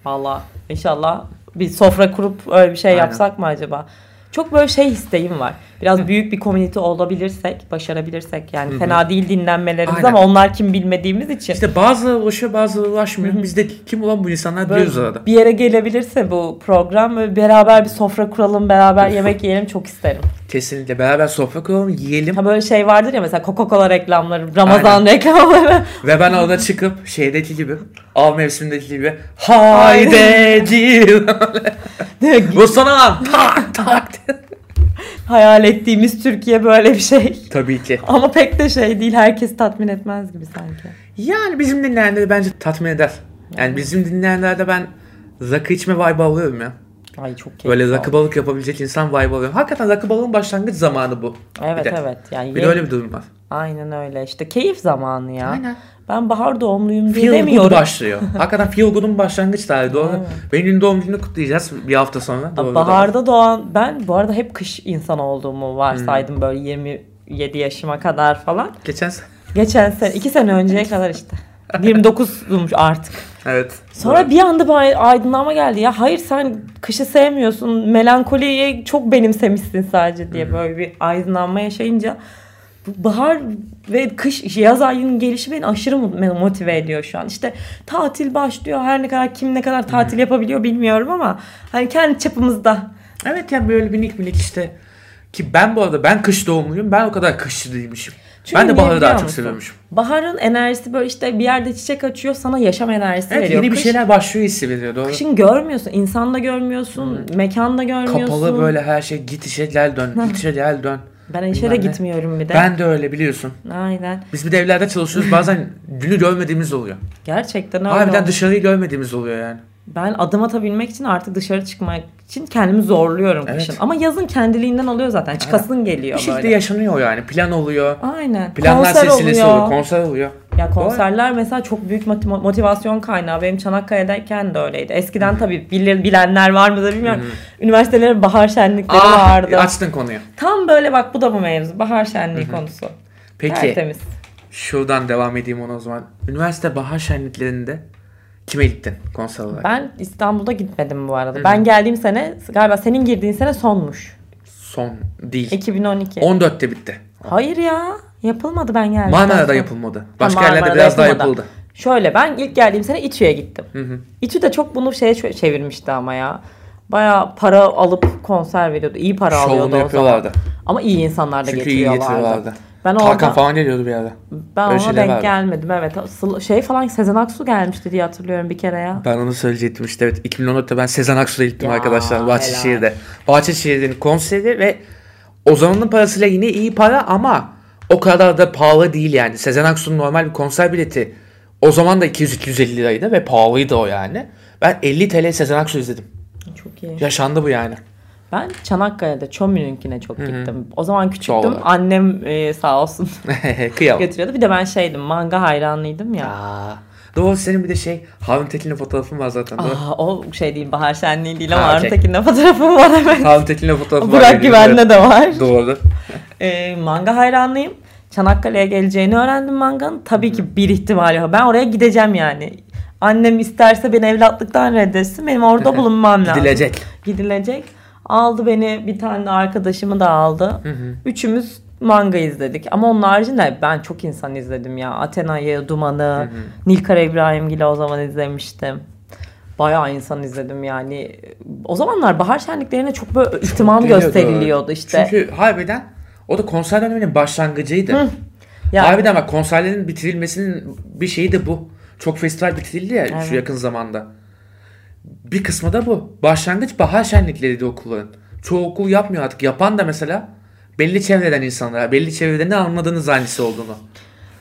[SPEAKER 2] Valla inşallah bir sofra kurup öyle bir şey
[SPEAKER 1] Aynen.
[SPEAKER 2] yapsak mı acaba? Çok böyle şey isteğim var. Biraz büyük bir komünite olabilirsek, başarabilirsek yani fena değil dinlenmelerimiz
[SPEAKER 1] Aynen.
[SPEAKER 2] ama onlar kim bilmediğimiz için.
[SPEAKER 1] İşte bazıları ulaşıyor bazıları ulaşmıyor. Biz de kim olan bu insanlar
[SPEAKER 2] Böyle
[SPEAKER 1] diyoruz arada.
[SPEAKER 2] bir yere gelebilirse bu program böyle beraber bir sofra kuralım, beraber yemek yiyelim çok isterim.
[SPEAKER 1] Kesinlikle beraber sofra kuralım yiyelim.
[SPEAKER 2] Ha böyle şey vardır ya mesela Coca-Cola reklamları, Ramazan reklamları.
[SPEAKER 1] Ve ben orada çıkıp şeydeki gibi av mevsimindeki gibi haydeci bu sana lan tak tak
[SPEAKER 2] Hayal ettiğimiz Türkiye böyle bir şey.
[SPEAKER 1] Tabii ki.
[SPEAKER 2] Ama pek de şey değil. Herkes tatmin etmez gibi sanki.
[SPEAKER 1] Yani bizim dinleyenleri bence tatmin eder. Yani bizim dinleyenlerde ben rakı içme vibe alıyorum ya.
[SPEAKER 2] Ay çok keyifli.
[SPEAKER 1] Böyle
[SPEAKER 2] oldu.
[SPEAKER 1] rakı balık yapabilecek insan vibe alıyorum. Hakikaten rakı balığın başlangıç zamanı bu.
[SPEAKER 2] Evet
[SPEAKER 1] bir de.
[SPEAKER 2] evet. Yani
[SPEAKER 1] Bir de
[SPEAKER 2] ye-
[SPEAKER 1] öyle bir durum var.
[SPEAKER 2] Aynen öyle işte keyif zamanı ya.
[SPEAKER 1] Aynen.
[SPEAKER 2] Ben bahar doğumluyum diye
[SPEAKER 1] Feel Good
[SPEAKER 2] demiyorum.
[SPEAKER 1] başlıyor. Hakikaten Feel Good'un başlangıç tarihi doğru. Benim doğum gününü kutlayacağız bir hafta sonra. Doğru, doğru.
[SPEAKER 2] Baharda doğan ben bu arada hep kış insanı olduğumu varsaydım
[SPEAKER 1] Hmm.
[SPEAKER 2] böyle 27 yaşıma kadar falan.
[SPEAKER 1] Geçen sene.
[SPEAKER 2] Geçen sene 2 sene önceye kadar işte. 29'dum artık.
[SPEAKER 1] Evet.
[SPEAKER 2] Sonra
[SPEAKER 1] Doğru.
[SPEAKER 2] bir anda bir ay- aydınlanma geldi ya. Hayır sen kışı sevmiyorsun. Melankoliyi çok benimsemişsin sadece diye böyle bir aydınlanma yaşayınca bu bahar ve kış yaz ayının gelişi beni aşırı mut- motive ediyor şu an. İşte tatil başlıyor. Her ne kadar kim ne kadar tatil yapabiliyor bilmiyorum ama hani kendi çapımızda
[SPEAKER 1] Evet yani böyle minik minik işte. Ki ben bu arada ben kış doğumluyum. Ben o kadar kışçı değilmişim.
[SPEAKER 2] Çünkü
[SPEAKER 1] ben de
[SPEAKER 2] niye
[SPEAKER 1] baharı
[SPEAKER 2] biliyor
[SPEAKER 1] daha çok
[SPEAKER 2] musun?
[SPEAKER 1] seviyormuşum.
[SPEAKER 2] baharın enerjisi böyle işte bir yerde çiçek açıyor sana yaşam enerjisi
[SPEAKER 1] Evet
[SPEAKER 2] veriyor.
[SPEAKER 1] yeni bir
[SPEAKER 2] Kış-
[SPEAKER 1] şeyler başlıyor hissediyor doğru.
[SPEAKER 2] Kışın görmüyorsun. insanda görmüyorsun. Mekanda görmüyorsun.
[SPEAKER 1] Kapalı böyle her şey git işe gel dön. git işe gel dön.
[SPEAKER 2] Ben işe de
[SPEAKER 1] Bilmem ne.
[SPEAKER 2] gitmiyorum bir de.
[SPEAKER 1] Ben de öyle biliyorsun.
[SPEAKER 2] Aynen.
[SPEAKER 1] Biz bir de evlerde çalışıyoruz. Bazen günü görmediğimiz oluyor.
[SPEAKER 2] Gerçekten öyle.
[SPEAKER 1] Harbiden
[SPEAKER 2] oldu.
[SPEAKER 1] dışarıyı görmediğimiz oluyor yani.
[SPEAKER 2] ben adım atabilmek için artık dışarı çıkmak için kendimi zorluyorum
[SPEAKER 1] Evet.
[SPEAKER 2] kışın. Ama yazın kendiliğinden oluyor zaten. Çıkasın geliyor
[SPEAKER 1] Bir şekilde
[SPEAKER 2] böyle.
[SPEAKER 1] yaşanıyor yani. Plan oluyor.
[SPEAKER 2] Aynen.
[SPEAKER 1] Planlar
[SPEAKER 2] konser
[SPEAKER 1] silsilesi
[SPEAKER 2] oluyor.
[SPEAKER 1] oluyor. Konser oluyor.
[SPEAKER 2] ya konserler mesela çok büyük moti- motivasyon kaynağı. Benim Çanakkale'deyken de öyleydi. Eskiden tabii bilir, bilenler var mı da bilmiyorum. Üniversitelere bahar şenlikleri
[SPEAKER 1] Ah,
[SPEAKER 2] vardı.
[SPEAKER 1] açtın konuyu.
[SPEAKER 2] Tam böyle bak bu da bu mevzu. Bahar şenliği konusu.
[SPEAKER 1] Peki
[SPEAKER 2] Tertemiz.
[SPEAKER 1] şuradan devam edeyim ona o zaman. Üniversite bahar şenliklerinde kime gittin konser olarak?
[SPEAKER 2] Ben İstanbul'da gitmedim bu arada. Ben geldiğim sene galiba senin girdiğin sene sonmuş.
[SPEAKER 1] Son
[SPEAKER 2] E,
[SPEAKER 1] değil.
[SPEAKER 2] 2012.
[SPEAKER 1] 14'te bitti.
[SPEAKER 2] Hayır ya. Yapılmadı ben geldim.
[SPEAKER 1] Marmara'da yapılmadı. Başka yerlerde
[SPEAKER 2] Marmara'da
[SPEAKER 1] biraz daha
[SPEAKER 2] yapılmadı.
[SPEAKER 1] yapıldı.
[SPEAKER 2] Şöyle ben ilk geldiğim sene İTÜ'ye gittim.
[SPEAKER 1] hı.
[SPEAKER 2] İTÜ de çok bunu şeye çö- çevirmişti ama ya. Bayağı para alıp konser veriyordu. İyi para alıyordu
[SPEAKER 1] Şovunu
[SPEAKER 2] o zaman.
[SPEAKER 1] yapıyorlardı.
[SPEAKER 2] Ama iyi insanlar da
[SPEAKER 1] Çünkü iyi
[SPEAKER 2] getiriyorlardı.
[SPEAKER 1] getiriyorlardı.
[SPEAKER 2] Ben
[SPEAKER 1] Tarkan
[SPEAKER 2] orada
[SPEAKER 1] falan geliyordu bir yerde.
[SPEAKER 2] ben
[SPEAKER 1] öyle
[SPEAKER 2] ona
[SPEAKER 1] şeyler
[SPEAKER 2] denk
[SPEAKER 1] vardı.
[SPEAKER 2] gelmedim. Evet. Asıl- Şey falan Sezen Aksu gelmişti diye hatırlıyorum bir kere ya.
[SPEAKER 1] Ben onu söyleyecektim işte evet 2014'te ben Sezen Aksu'da gittim
[SPEAKER 2] Ya,
[SPEAKER 1] arkadaşlar Bahçeşehir'de. Bahçeşehir'in konseri ve Ozan'ın parasıyla yine iyi para ama o kadar da pahalı değil yani. Sezen Aksu'nun normal bir konser bileti o zaman da 200-250 liraydı ve pahalıydı o yani. Ben 50 TL Sezen Aksu izledim.
[SPEAKER 2] Çok iyi.
[SPEAKER 1] Yaşandı bu yani.
[SPEAKER 2] Ben Çanakkale'de Çomi'ninkine çok gittim. O zaman küçüktüm.
[SPEAKER 1] olarak.
[SPEAKER 2] Annem e, sağ olsun
[SPEAKER 1] Kıyamam.
[SPEAKER 2] götürüyordu. Bir de ben şeydim manga hayranlıydım ya.
[SPEAKER 1] Aa, doğru senin bir de şey Harun Tekin'le fotoğrafın var zaten. değil mi?
[SPEAKER 2] Aa, o şey değil Bahar Şenliği değil ama
[SPEAKER 1] Ha,
[SPEAKER 2] Harun
[SPEAKER 1] okey.
[SPEAKER 2] Tekin'le fotoğrafım var evet.
[SPEAKER 1] Harun Tekin'le fotoğrafın var.
[SPEAKER 2] Burak
[SPEAKER 1] benim de.
[SPEAKER 2] Güven'le de var.
[SPEAKER 1] Doğru.
[SPEAKER 2] Ee, manga hayranlıyım. Çanakkale'ye geleceğini öğrendim manganın. Tabii ki bir ihtimal yok. Ben oraya gideceğim yani. Annem isterse beni evlatlıktan reddetsin. Benim orada bulunmam lazım.
[SPEAKER 1] Gidilecek.
[SPEAKER 2] Gidilecek. Aldı beni bir tane de arkadaşımı da aldı. Üçümüz manga izledik. Ama onun haricinde ben çok insan izledim ya. Athena'yı, Duman'ı, Nilkar İbrahimgil'i o zaman izlemiştim. Bayağı insan izledim yani. O zamanlar bahar şenliklerine çok böyle ihtimam
[SPEAKER 1] Geliyordu.
[SPEAKER 2] gösteriliyordu işte.
[SPEAKER 1] Çünkü harbiden o da konser döneminin başlangıcıydı.
[SPEAKER 2] Yani-
[SPEAKER 1] Harbiden bak konserlerin bitirilmesinin bir şeyi de bu. Çok festival bitirildi ya
[SPEAKER 2] Evet.
[SPEAKER 1] şu yakın zamanda. Bir kısmı da bu. Başlangıç bahar şenlikleriydi okulların. Çoğu okul yapmıyor artık. Yapan da mesela belli çevreden insanlar. Belli çevrede ne anladınız hangisi olduğunu.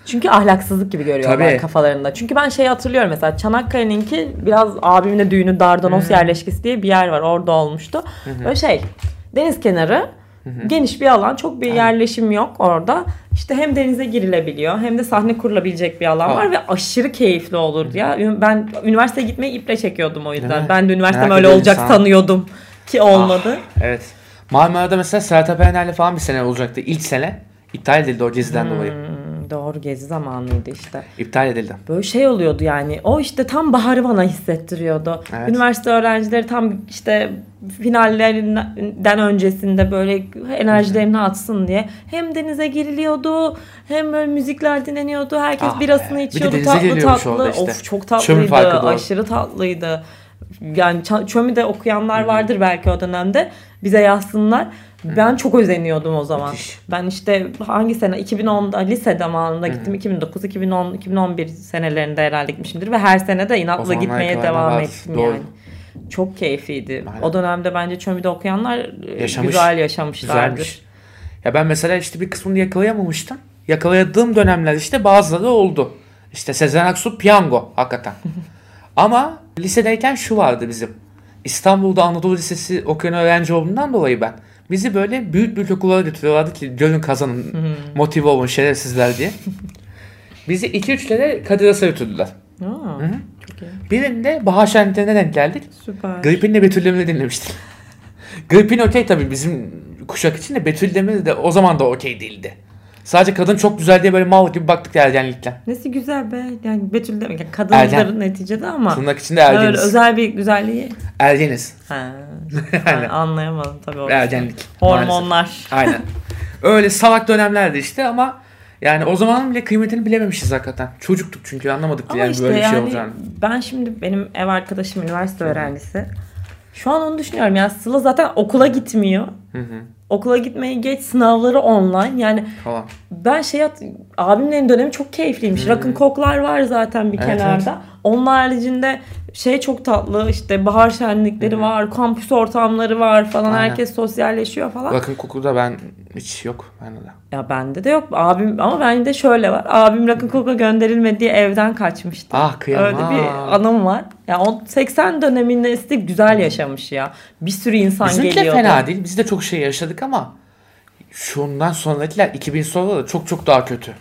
[SPEAKER 2] Çünkü ahlaksızlık gibi görüyorlar
[SPEAKER 1] Tabii.
[SPEAKER 2] kafalarında. Çünkü ben şey hatırlıyorum mesela Çanakkale'ninki biraz abimin de düğünü Dardanos yerleşkesi diye bir yer var. Orada olmuştu. Böyle şey deniz kenarı geniş bir alan. Çok bir yerleşim yok orada. İşte hem denize girilebiliyor hem de sahne kurulabilecek bir alan
[SPEAKER 1] Ha.
[SPEAKER 2] var ve aşırı keyifli olurdu ya. Ben üniversiteye gitmeyi iple çekiyordum o yüzden.
[SPEAKER 1] Evet.
[SPEAKER 2] Ben de üniversitem
[SPEAKER 1] Merak
[SPEAKER 2] öyle
[SPEAKER 1] ediyorum Ah.
[SPEAKER 2] olacak
[SPEAKER 1] sana.
[SPEAKER 2] sanıyordum ki olmadı.
[SPEAKER 1] Evet. Marmara'da mesela Sertab Erener'le falan bir sene olacaktı. İlk sene iptal edildi o geziden dolayı.
[SPEAKER 2] Hmm, doğru gezi zamanıydı işte.
[SPEAKER 1] İptal edildi.
[SPEAKER 2] Böyle şey oluyordu yani. O işte tam baharı bana hissettiriyordu.
[SPEAKER 1] Evet.
[SPEAKER 2] Üniversite öğrencileri tam işte finallerinden öncesinde böyle enerjilerini atsın diye. Hem denize giriliyordu hem böyle müzikler dinleniyordu. Herkes
[SPEAKER 1] Ah
[SPEAKER 2] birasını
[SPEAKER 1] be. Bir de
[SPEAKER 2] içiyordu
[SPEAKER 1] denize
[SPEAKER 2] tatlı
[SPEAKER 1] giriliyormuş
[SPEAKER 2] tatlı.
[SPEAKER 1] orada işte.
[SPEAKER 2] Of çok
[SPEAKER 1] Çömü
[SPEAKER 2] tatlıydı.
[SPEAKER 1] farkı doğru.
[SPEAKER 2] Aşırı tatlıydı. Yani ça- çömüde okuyanlar vardır belki o dönemde. Bize yazsınlar. Ben çok özeniyordum o zaman.
[SPEAKER 1] Müthiş.
[SPEAKER 2] Ben işte hangi sene 2010'da lise zamanında gittim. 2009, 2010, 2011 senelerinde herhalde gitmişimdir ve her sene de
[SPEAKER 1] O
[SPEAKER 2] inatla
[SPEAKER 1] zamanlar
[SPEAKER 2] gitmeye
[SPEAKER 1] kalan
[SPEAKER 2] devam
[SPEAKER 1] var.
[SPEAKER 2] ettim
[SPEAKER 1] Doğru.
[SPEAKER 2] yani. Çok keyifliydi.
[SPEAKER 1] Aynen.
[SPEAKER 2] O dönemde bence çömüde okuyanlar e,
[SPEAKER 1] Yaşamış.
[SPEAKER 2] güzel yaşamışlardır.
[SPEAKER 1] Güzelmiş. Ya ben mesela işte bir kısmını yakalayamamıştım. Yakaladığım dönemler işte bazıları oldu. İşte Sezen Aksu piyango hakikaten. Ama lisedeyken şu vardı bizim. İstanbul'da Anadolu Lisesi okuyan öğrenci olduğundan dolayı ben. Bizi böyle büyük büyük okullara götürüyorlardı ki gönül kazanın, motive olun şerefsizler diye. Bizi 2-3 kere Kadir Has'a götürdüler.
[SPEAKER 2] Aa, Çok iyi.
[SPEAKER 1] Birinde Bahar Şenlikleri'ne denk geldik.
[SPEAKER 2] Süper.
[SPEAKER 1] Gripin'le Betül Demir'i dinlemiştim. Gripin okey tabii bizim kuşak için de Betül Demir de o zaman da okey değildi. Sadece kadın çok güzel diye böyle mal gibi baktık ergenlikten.
[SPEAKER 2] Nesi güzel be. Yani Betül demek yani kadınların
[SPEAKER 1] Ergen.
[SPEAKER 2] neticede ama
[SPEAKER 1] Tırnak içinde
[SPEAKER 2] öyle
[SPEAKER 1] ergeniz.
[SPEAKER 2] özel bir güzelliği.
[SPEAKER 1] Ergeniz.
[SPEAKER 2] Ha.
[SPEAKER 1] Aynen.
[SPEAKER 2] anlayamadım tabii. orada.
[SPEAKER 1] Ergenlik. Maalesef.
[SPEAKER 2] Hormonlar.
[SPEAKER 1] Aynen. Öyle salak dönemlerdi işte ama yani o zamanın bile kıymetini bilememişiz hakikaten. Çocuktuk çünkü anlamadık
[SPEAKER 2] Ama
[SPEAKER 1] yani
[SPEAKER 2] işte
[SPEAKER 1] böyle bir şey
[SPEAKER 2] yani
[SPEAKER 1] olacağını.
[SPEAKER 2] ben şimdi benim ev arkadaşım üniversite öğrencisi. Şu an onu düşünüyorum ya Sıla zaten okula gitmiyor.
[SPEAKER 1] Hı hı.
[SPEAKER 2] Okula gitmeyi geç sınavları online. Yani
[SPEAKER 1] Falan.
[SPEAKER 2] ben şey at, abimlerin dönemi çok keyifliymiş. Rakın koklar var zaten bir
[SPEAKER 1] Evet,
[SPEAKER 2] kenarda. Onun haricinde şey çok tatlı işte bahar şenlikleri var, kampüs ortamları var falan.
[SPEAKER 1] Aynen.
[SPEAKER 2] Herkes sosyalleşiyor falan.
[SPEAKER 1] Bakın koku da ben hiç yok. Ben de.
[SPEAKER 2] Ya bende de yok. Abim ama bende şöyle var. Abim Rakın Kok'a gönderilmedi diye evden kaçmıştı.
[SPEAKER 1] Ah kıyamam.
[SPEAKER 2] Öyle bir anım var. Ya o 80 döneminde işte güzel yaşamış ya. Bir sürü insan
[SPEAKER 1] Bizimki de
[SPEAKER 2] geliyordu.
[SPEAKER 1] fena değil. Biz de çok şey yaşadık ama şundan sonrakiler 2000 sonra da çok çok daha kötü.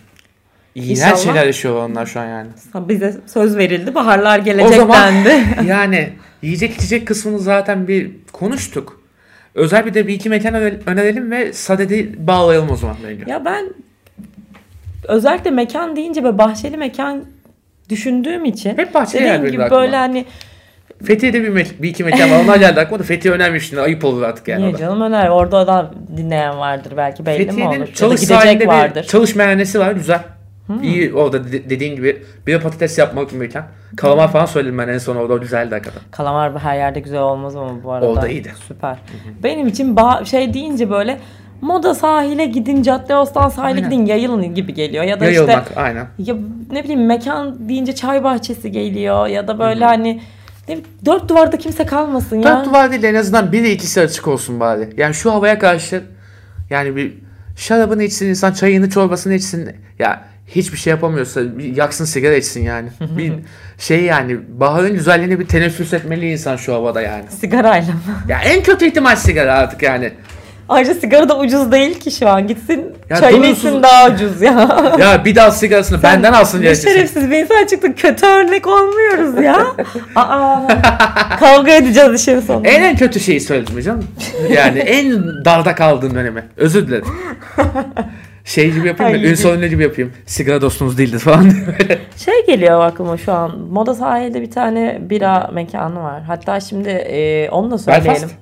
[SPEAKER 1] İğrenç
[SPEAKER 2] İnşallah.
[SPEAKER 1] şeyler yaşıyorlar onlar şu an yani.
[SPEAKER 2] Bize söz verildi. Baharlar
[SPEAKER 1] O
[SPEAKER 2] gelecek
[SPEAKER 1] zaman
[SPEAKER 2] dendi.
[SPEAKER 1] yani yiyecek içecek kısmını zaten bir konuştuk. Özel bir de bir iki mekan öne- önerelim ve sadede bağlayalım o zaman bence.
[SPEAKER 2] ya ben özellikle mekan deyince böyle bahçeli mekan düşündüğüm için
[SPEAKER 1] Hep bahçeli yer
[SPEAKER 2] dediğim
[SPEAKER 1] benim
[SPEAKER 2] gibi
[SPEAKER 1] aklıma.
[SPEAKER 2] böyle hani
[SPEAKER 1] Fethiye'de bir, me- bir iki mekan var. Onlar geldi aklıma da Fethiye önermiş şimdi. Ayıp olur artık yani.
[SPEAKER 2] niye
[SPEAKER 1] o da.
[SPEAKER 2] canım öner orada da dinleyen vardır belki belli mi
[SPEAKER 1] Fethiye'nin
[SPEAKER 2] olur. Ya da
[SPEAKER 1] çalış
[SPEAKER 2] gidecek
[SPEAKER 1] sahilinde bir
[SPEAKER 2] vardır. Hmm.
[SPEAKER 1] çalış meyhanesi var. Güzel. İyi orada de- dediğin gibi bir de patates yapmak mümkün.
[SPEAKER 2] Hmm.
[SPEAKER 1] Kalamar falan söyledim ben en son orada o güzeldi hakikaten.
[SPEAKER 2] Kalamar her yerde güzel olmaz ama bu arada.
[SPEAKER 1] Orada iyiydi.
[SPEAKER 2] Süper. Benim için ba- şey deyince böyle moda sahile gidin, Caddeostan sahile
[SPEAKER 1] Aynen.
[SPEAKER 2] gidin yayılın gibi geliyor. Ya da
[SPEAKER 1] Yayılmak
[SPEAKER 2] işte
[SPEAKER 1] aynen.
[SPEAKER 2] ya ne bileyim mekan deyince çay bahçesi geliyor ya da böyle hani ne bileyim, dört duvarda kimse kalmasın ya.
[SPEAKER 1] Dört duvar değil de en azından biri ikisi açık olsun bari. Yani şu havaya karşı yani bir şarabını içsin insan çayını çorbasını içsin. Ya hiçbir şey yapamıyorsa bir yaksın sigara içsin yani. bir şey yani baharın güzelliğini bir teneffüs etmeli insan şu havada yani.
[SPEAKER 2] Sigarayla mı?
[SPEAKER 1] Ya en kötü ihtimal sigara artık yani.
[SPEAKER 2] Ayrıca sigara da ucuz değil ki şu an. Gitsin
[SPEAKER 1] Ya
[SPEAKER 2] çayını
[SPEAKER 1] doğrusu-
[SPEAKER 2] içsin daha ucuz ya.
[SPEAKER 1] Ya bir daha sigarasını benden alsın diye.
[SPEAKER 2] Ne şerefsiz bir insan çıktı. Kötü örnek olmuyoruz ya. Aa, kavga edeceğiz işin sonunda.
[SPEAKER 1] En en kötü şeyi söyledim canım. Yani en darda kaldığın dönemi. Özür dilerim. Şey gibi yapayım mı?
[SPEAKER 2] Ay.
[SPEAKER 1] Ünsal ünlü gibi yapayım. Sigara dostunuz değildir falan.
[SPEAKER 2] Şey geliyor aklıma şu an. Moda sahilde bir tane bira mekanı var. Hatta şimdi e, onu da söyleyelim.
[SPEAKER 1] Belfast.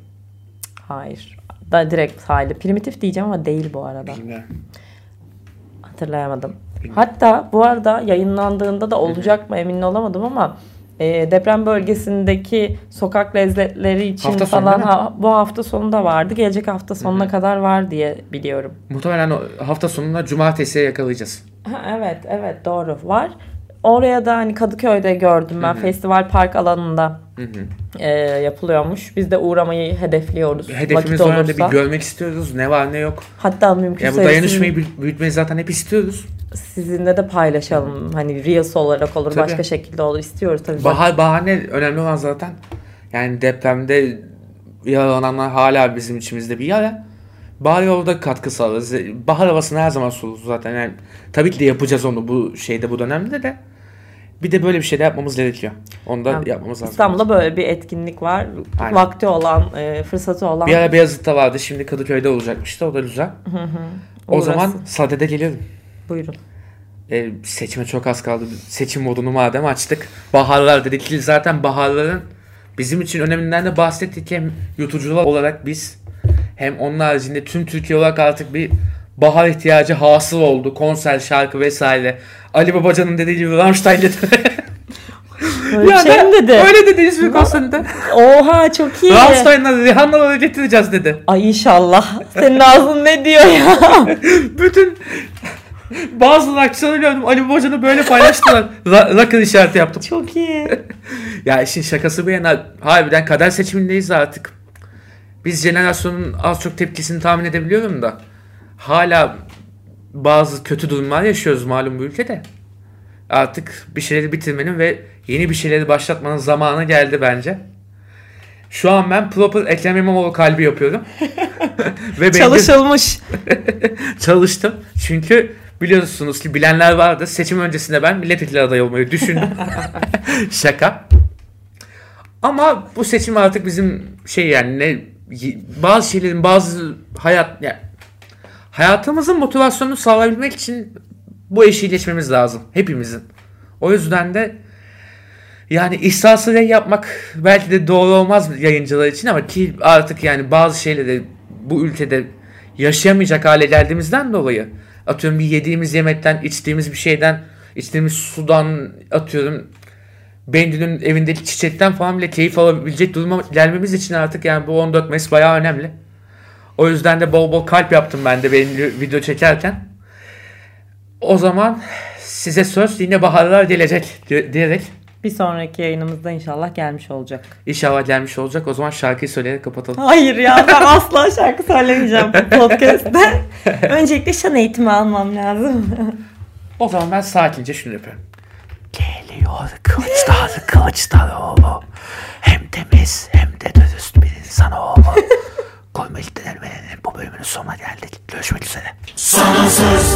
[SPEAKER 2] Hayır. Da direkt sahilde. Primitif diyeceğim ama değil bu arada. Hatırlayamadım. Hatta bu arada yayınlandığında da olacak mı emin olamadım ama e, deprem bölgesindeki sokak lezzetleri için
[SPEAKER 1] Hafta sonu
[SPEAKER 2] falan
[SPEAKER 1] değil mi?
[SPEAKER 2] ha- bu hafta sonunda vardı. Gelecek hafta sonuna kadar var diye biliyorum.
[SPEAKER 1] Muhtemelen o hafta sonunda cumartesiye yakalayacağız.
[SPEAKER 2] Ha, evet evet doğru var. Oraya da hani Kadıköy'de gördüm ben festival park alanında e, yapılıyormuş. Biz de uğramayı hedefliyoruz.
[SPEAKER 1] Hedefimiz
[SPEAKER 2] vakit
[SPEAKER 1] o yönde
[SPEAKER 2] olursa.
[SPEAKER 1] bir görmek istiyoruz. Ne var ne yok.
[SPEAKER 2] Hatta mümkünse
[SPEAKER 1] Ya bu dayanışmayı büyü- büyütmeyi zaten hep istiyoruz.
[SPEAKER 2] sizin- sizinle de paylaşalım. Hani Reels olarak olur
[SPEAKER 1] Tabii.
[SPEAKER 2] başka şekilde olur istiyoruz tabii.
[SPEAKER 1] Bahar bahane önemli olan zaten. Yani depremde yaralananlar hala bizim içimizde bir yara. Bari orada katkı sağlarız. Bahar havasını her zaman soluruz zaten. Yani tabii ki de yapacağız onu bu şeyde bu dönemde de. Bir de böyle bir şey de yapmamız gerekiyor. Onu da
[SPEAKER 2] Yani
[SPEAKER 1] yapmamız lazım.
[SPEAKER 2] İstanbul'da böyle bir etkinlik var.
[SPEAKER 1] Aynen.
[SPEAKER 2] Vakti olan, e, fırsatı olan
[SPEAKER 1] Bir ara Beyazıt'ta vardı. Şimdi Kadıköy'de olacakmış da o da güzel. O
[SPEAKER 2] Uğrasın.
[SPEAKER 1] zaman sadede geliyorum.
[SPEAKER 2] buyurun.
[SPEAKER 1] E, seçime çok az kaldı. Seçim modunu madem açtık. Baharlar dedik ki zaten baharların bizim için öneminden de bahsettik. Hem yutucular olarak biz hem onun haricinde tüm Türkiye olarak artık bir bahar ihtiyacı hasıl oldu. Konser, şarkı vesaire. Ali Babacan'ın dediği gibi Rammstein dedi.
[SPEAKER 2] Böyle bir şey mi dedi?
[SPEAKER 1] Öyle dedi İzmir konserinde.
[SPEAKER 2] Oha çok iyi.
[SPEAKER 1] Rammstein'la Rihanna'ları getireceğiz dedi.
[SPEAKER 2] Ay inşallah. Senin ağzın ne diyor ya?
[SPEAKER 1] Bütün bazı rakçıları gördüm. Ali Babacan'ı böyle paylaştılar. Ra- Rocker işareti yaptım.
[SPEAKER 2] çok iyi.
[SPEAKER 1] Ya işin şakası bir yana harbiden kader seçimindeyiz artık. Biz jenerasyonun az çok tepkisini tahmin edebiliyorum da hala bazı kötü durumlar yaşıyoruz malum bu ülkede. Artık bir şeyleri bitirmenin ve yeni bir şeyleri başlatmanın zamanı geldi bence. Şu an ben proper Ekrem İmamoğlu kalbi yapıyorum. ve benim de-
[SPEAKER 2] Çalışılmış.
[SPEAKER 1] çalıştım. Çünkü biliyorsunuz ki bilenler vardı. Seçim öncesinde ben milletvekili adayı olmayı düşündüm. Şaka. Ama bu seçim artık bizim şey yani ne bazı şeylerin bazı hayat yani hayatımızın motivasyonunu sağlayabilmek için bu eşiği geçmemiz lazım hepimizin. O yüzden de yani ihsası yayın yapmak belki de doğru olmaz yayıncılar için ama ki artık yani bazı şeyleri bu ülkede yaşayamayacak hale geldiğimizden dolayı atıyorum bir yediğimiz yemekten, içtiğimiz bir şeyden, içtiğimiz sudan atıyorum Bendü'nün evindeki çiçekten falan bile keyif alabilecek duruma gelmemiz için artık yani bu 14 Mayıs bayağı önemli. O yüzden de bol bol kalp yaptım ben de Bendü video çekerken. O zaman size söz yine baharlar gelecek diye- diyerek
[SPEAKER 2] Bir sonraki yayınımızda inşallah gelmiş olacak.
[SPEAKER 1] İnşallah gelmiş olacak. O zaman şarkıyı söyleyerek kapatalım.
[SPEAKER 2] Hayır ya ben asla şarkı söylemeyeceğim bu podcast'te. Öncelikle şan eğitimi almam lazım.
[SPEAKER 1] O zaman ben sakince şunu yapıyorum. Geliyor kılıçlar Kılıçdaroğlu. Hem temiz hem de dürüst bir insanoğlu. Koyma İlk Denilmelerinin bu bölümünün sonuna geldik. Görüşmek üzere.
[SPEAKER 3] Sana söz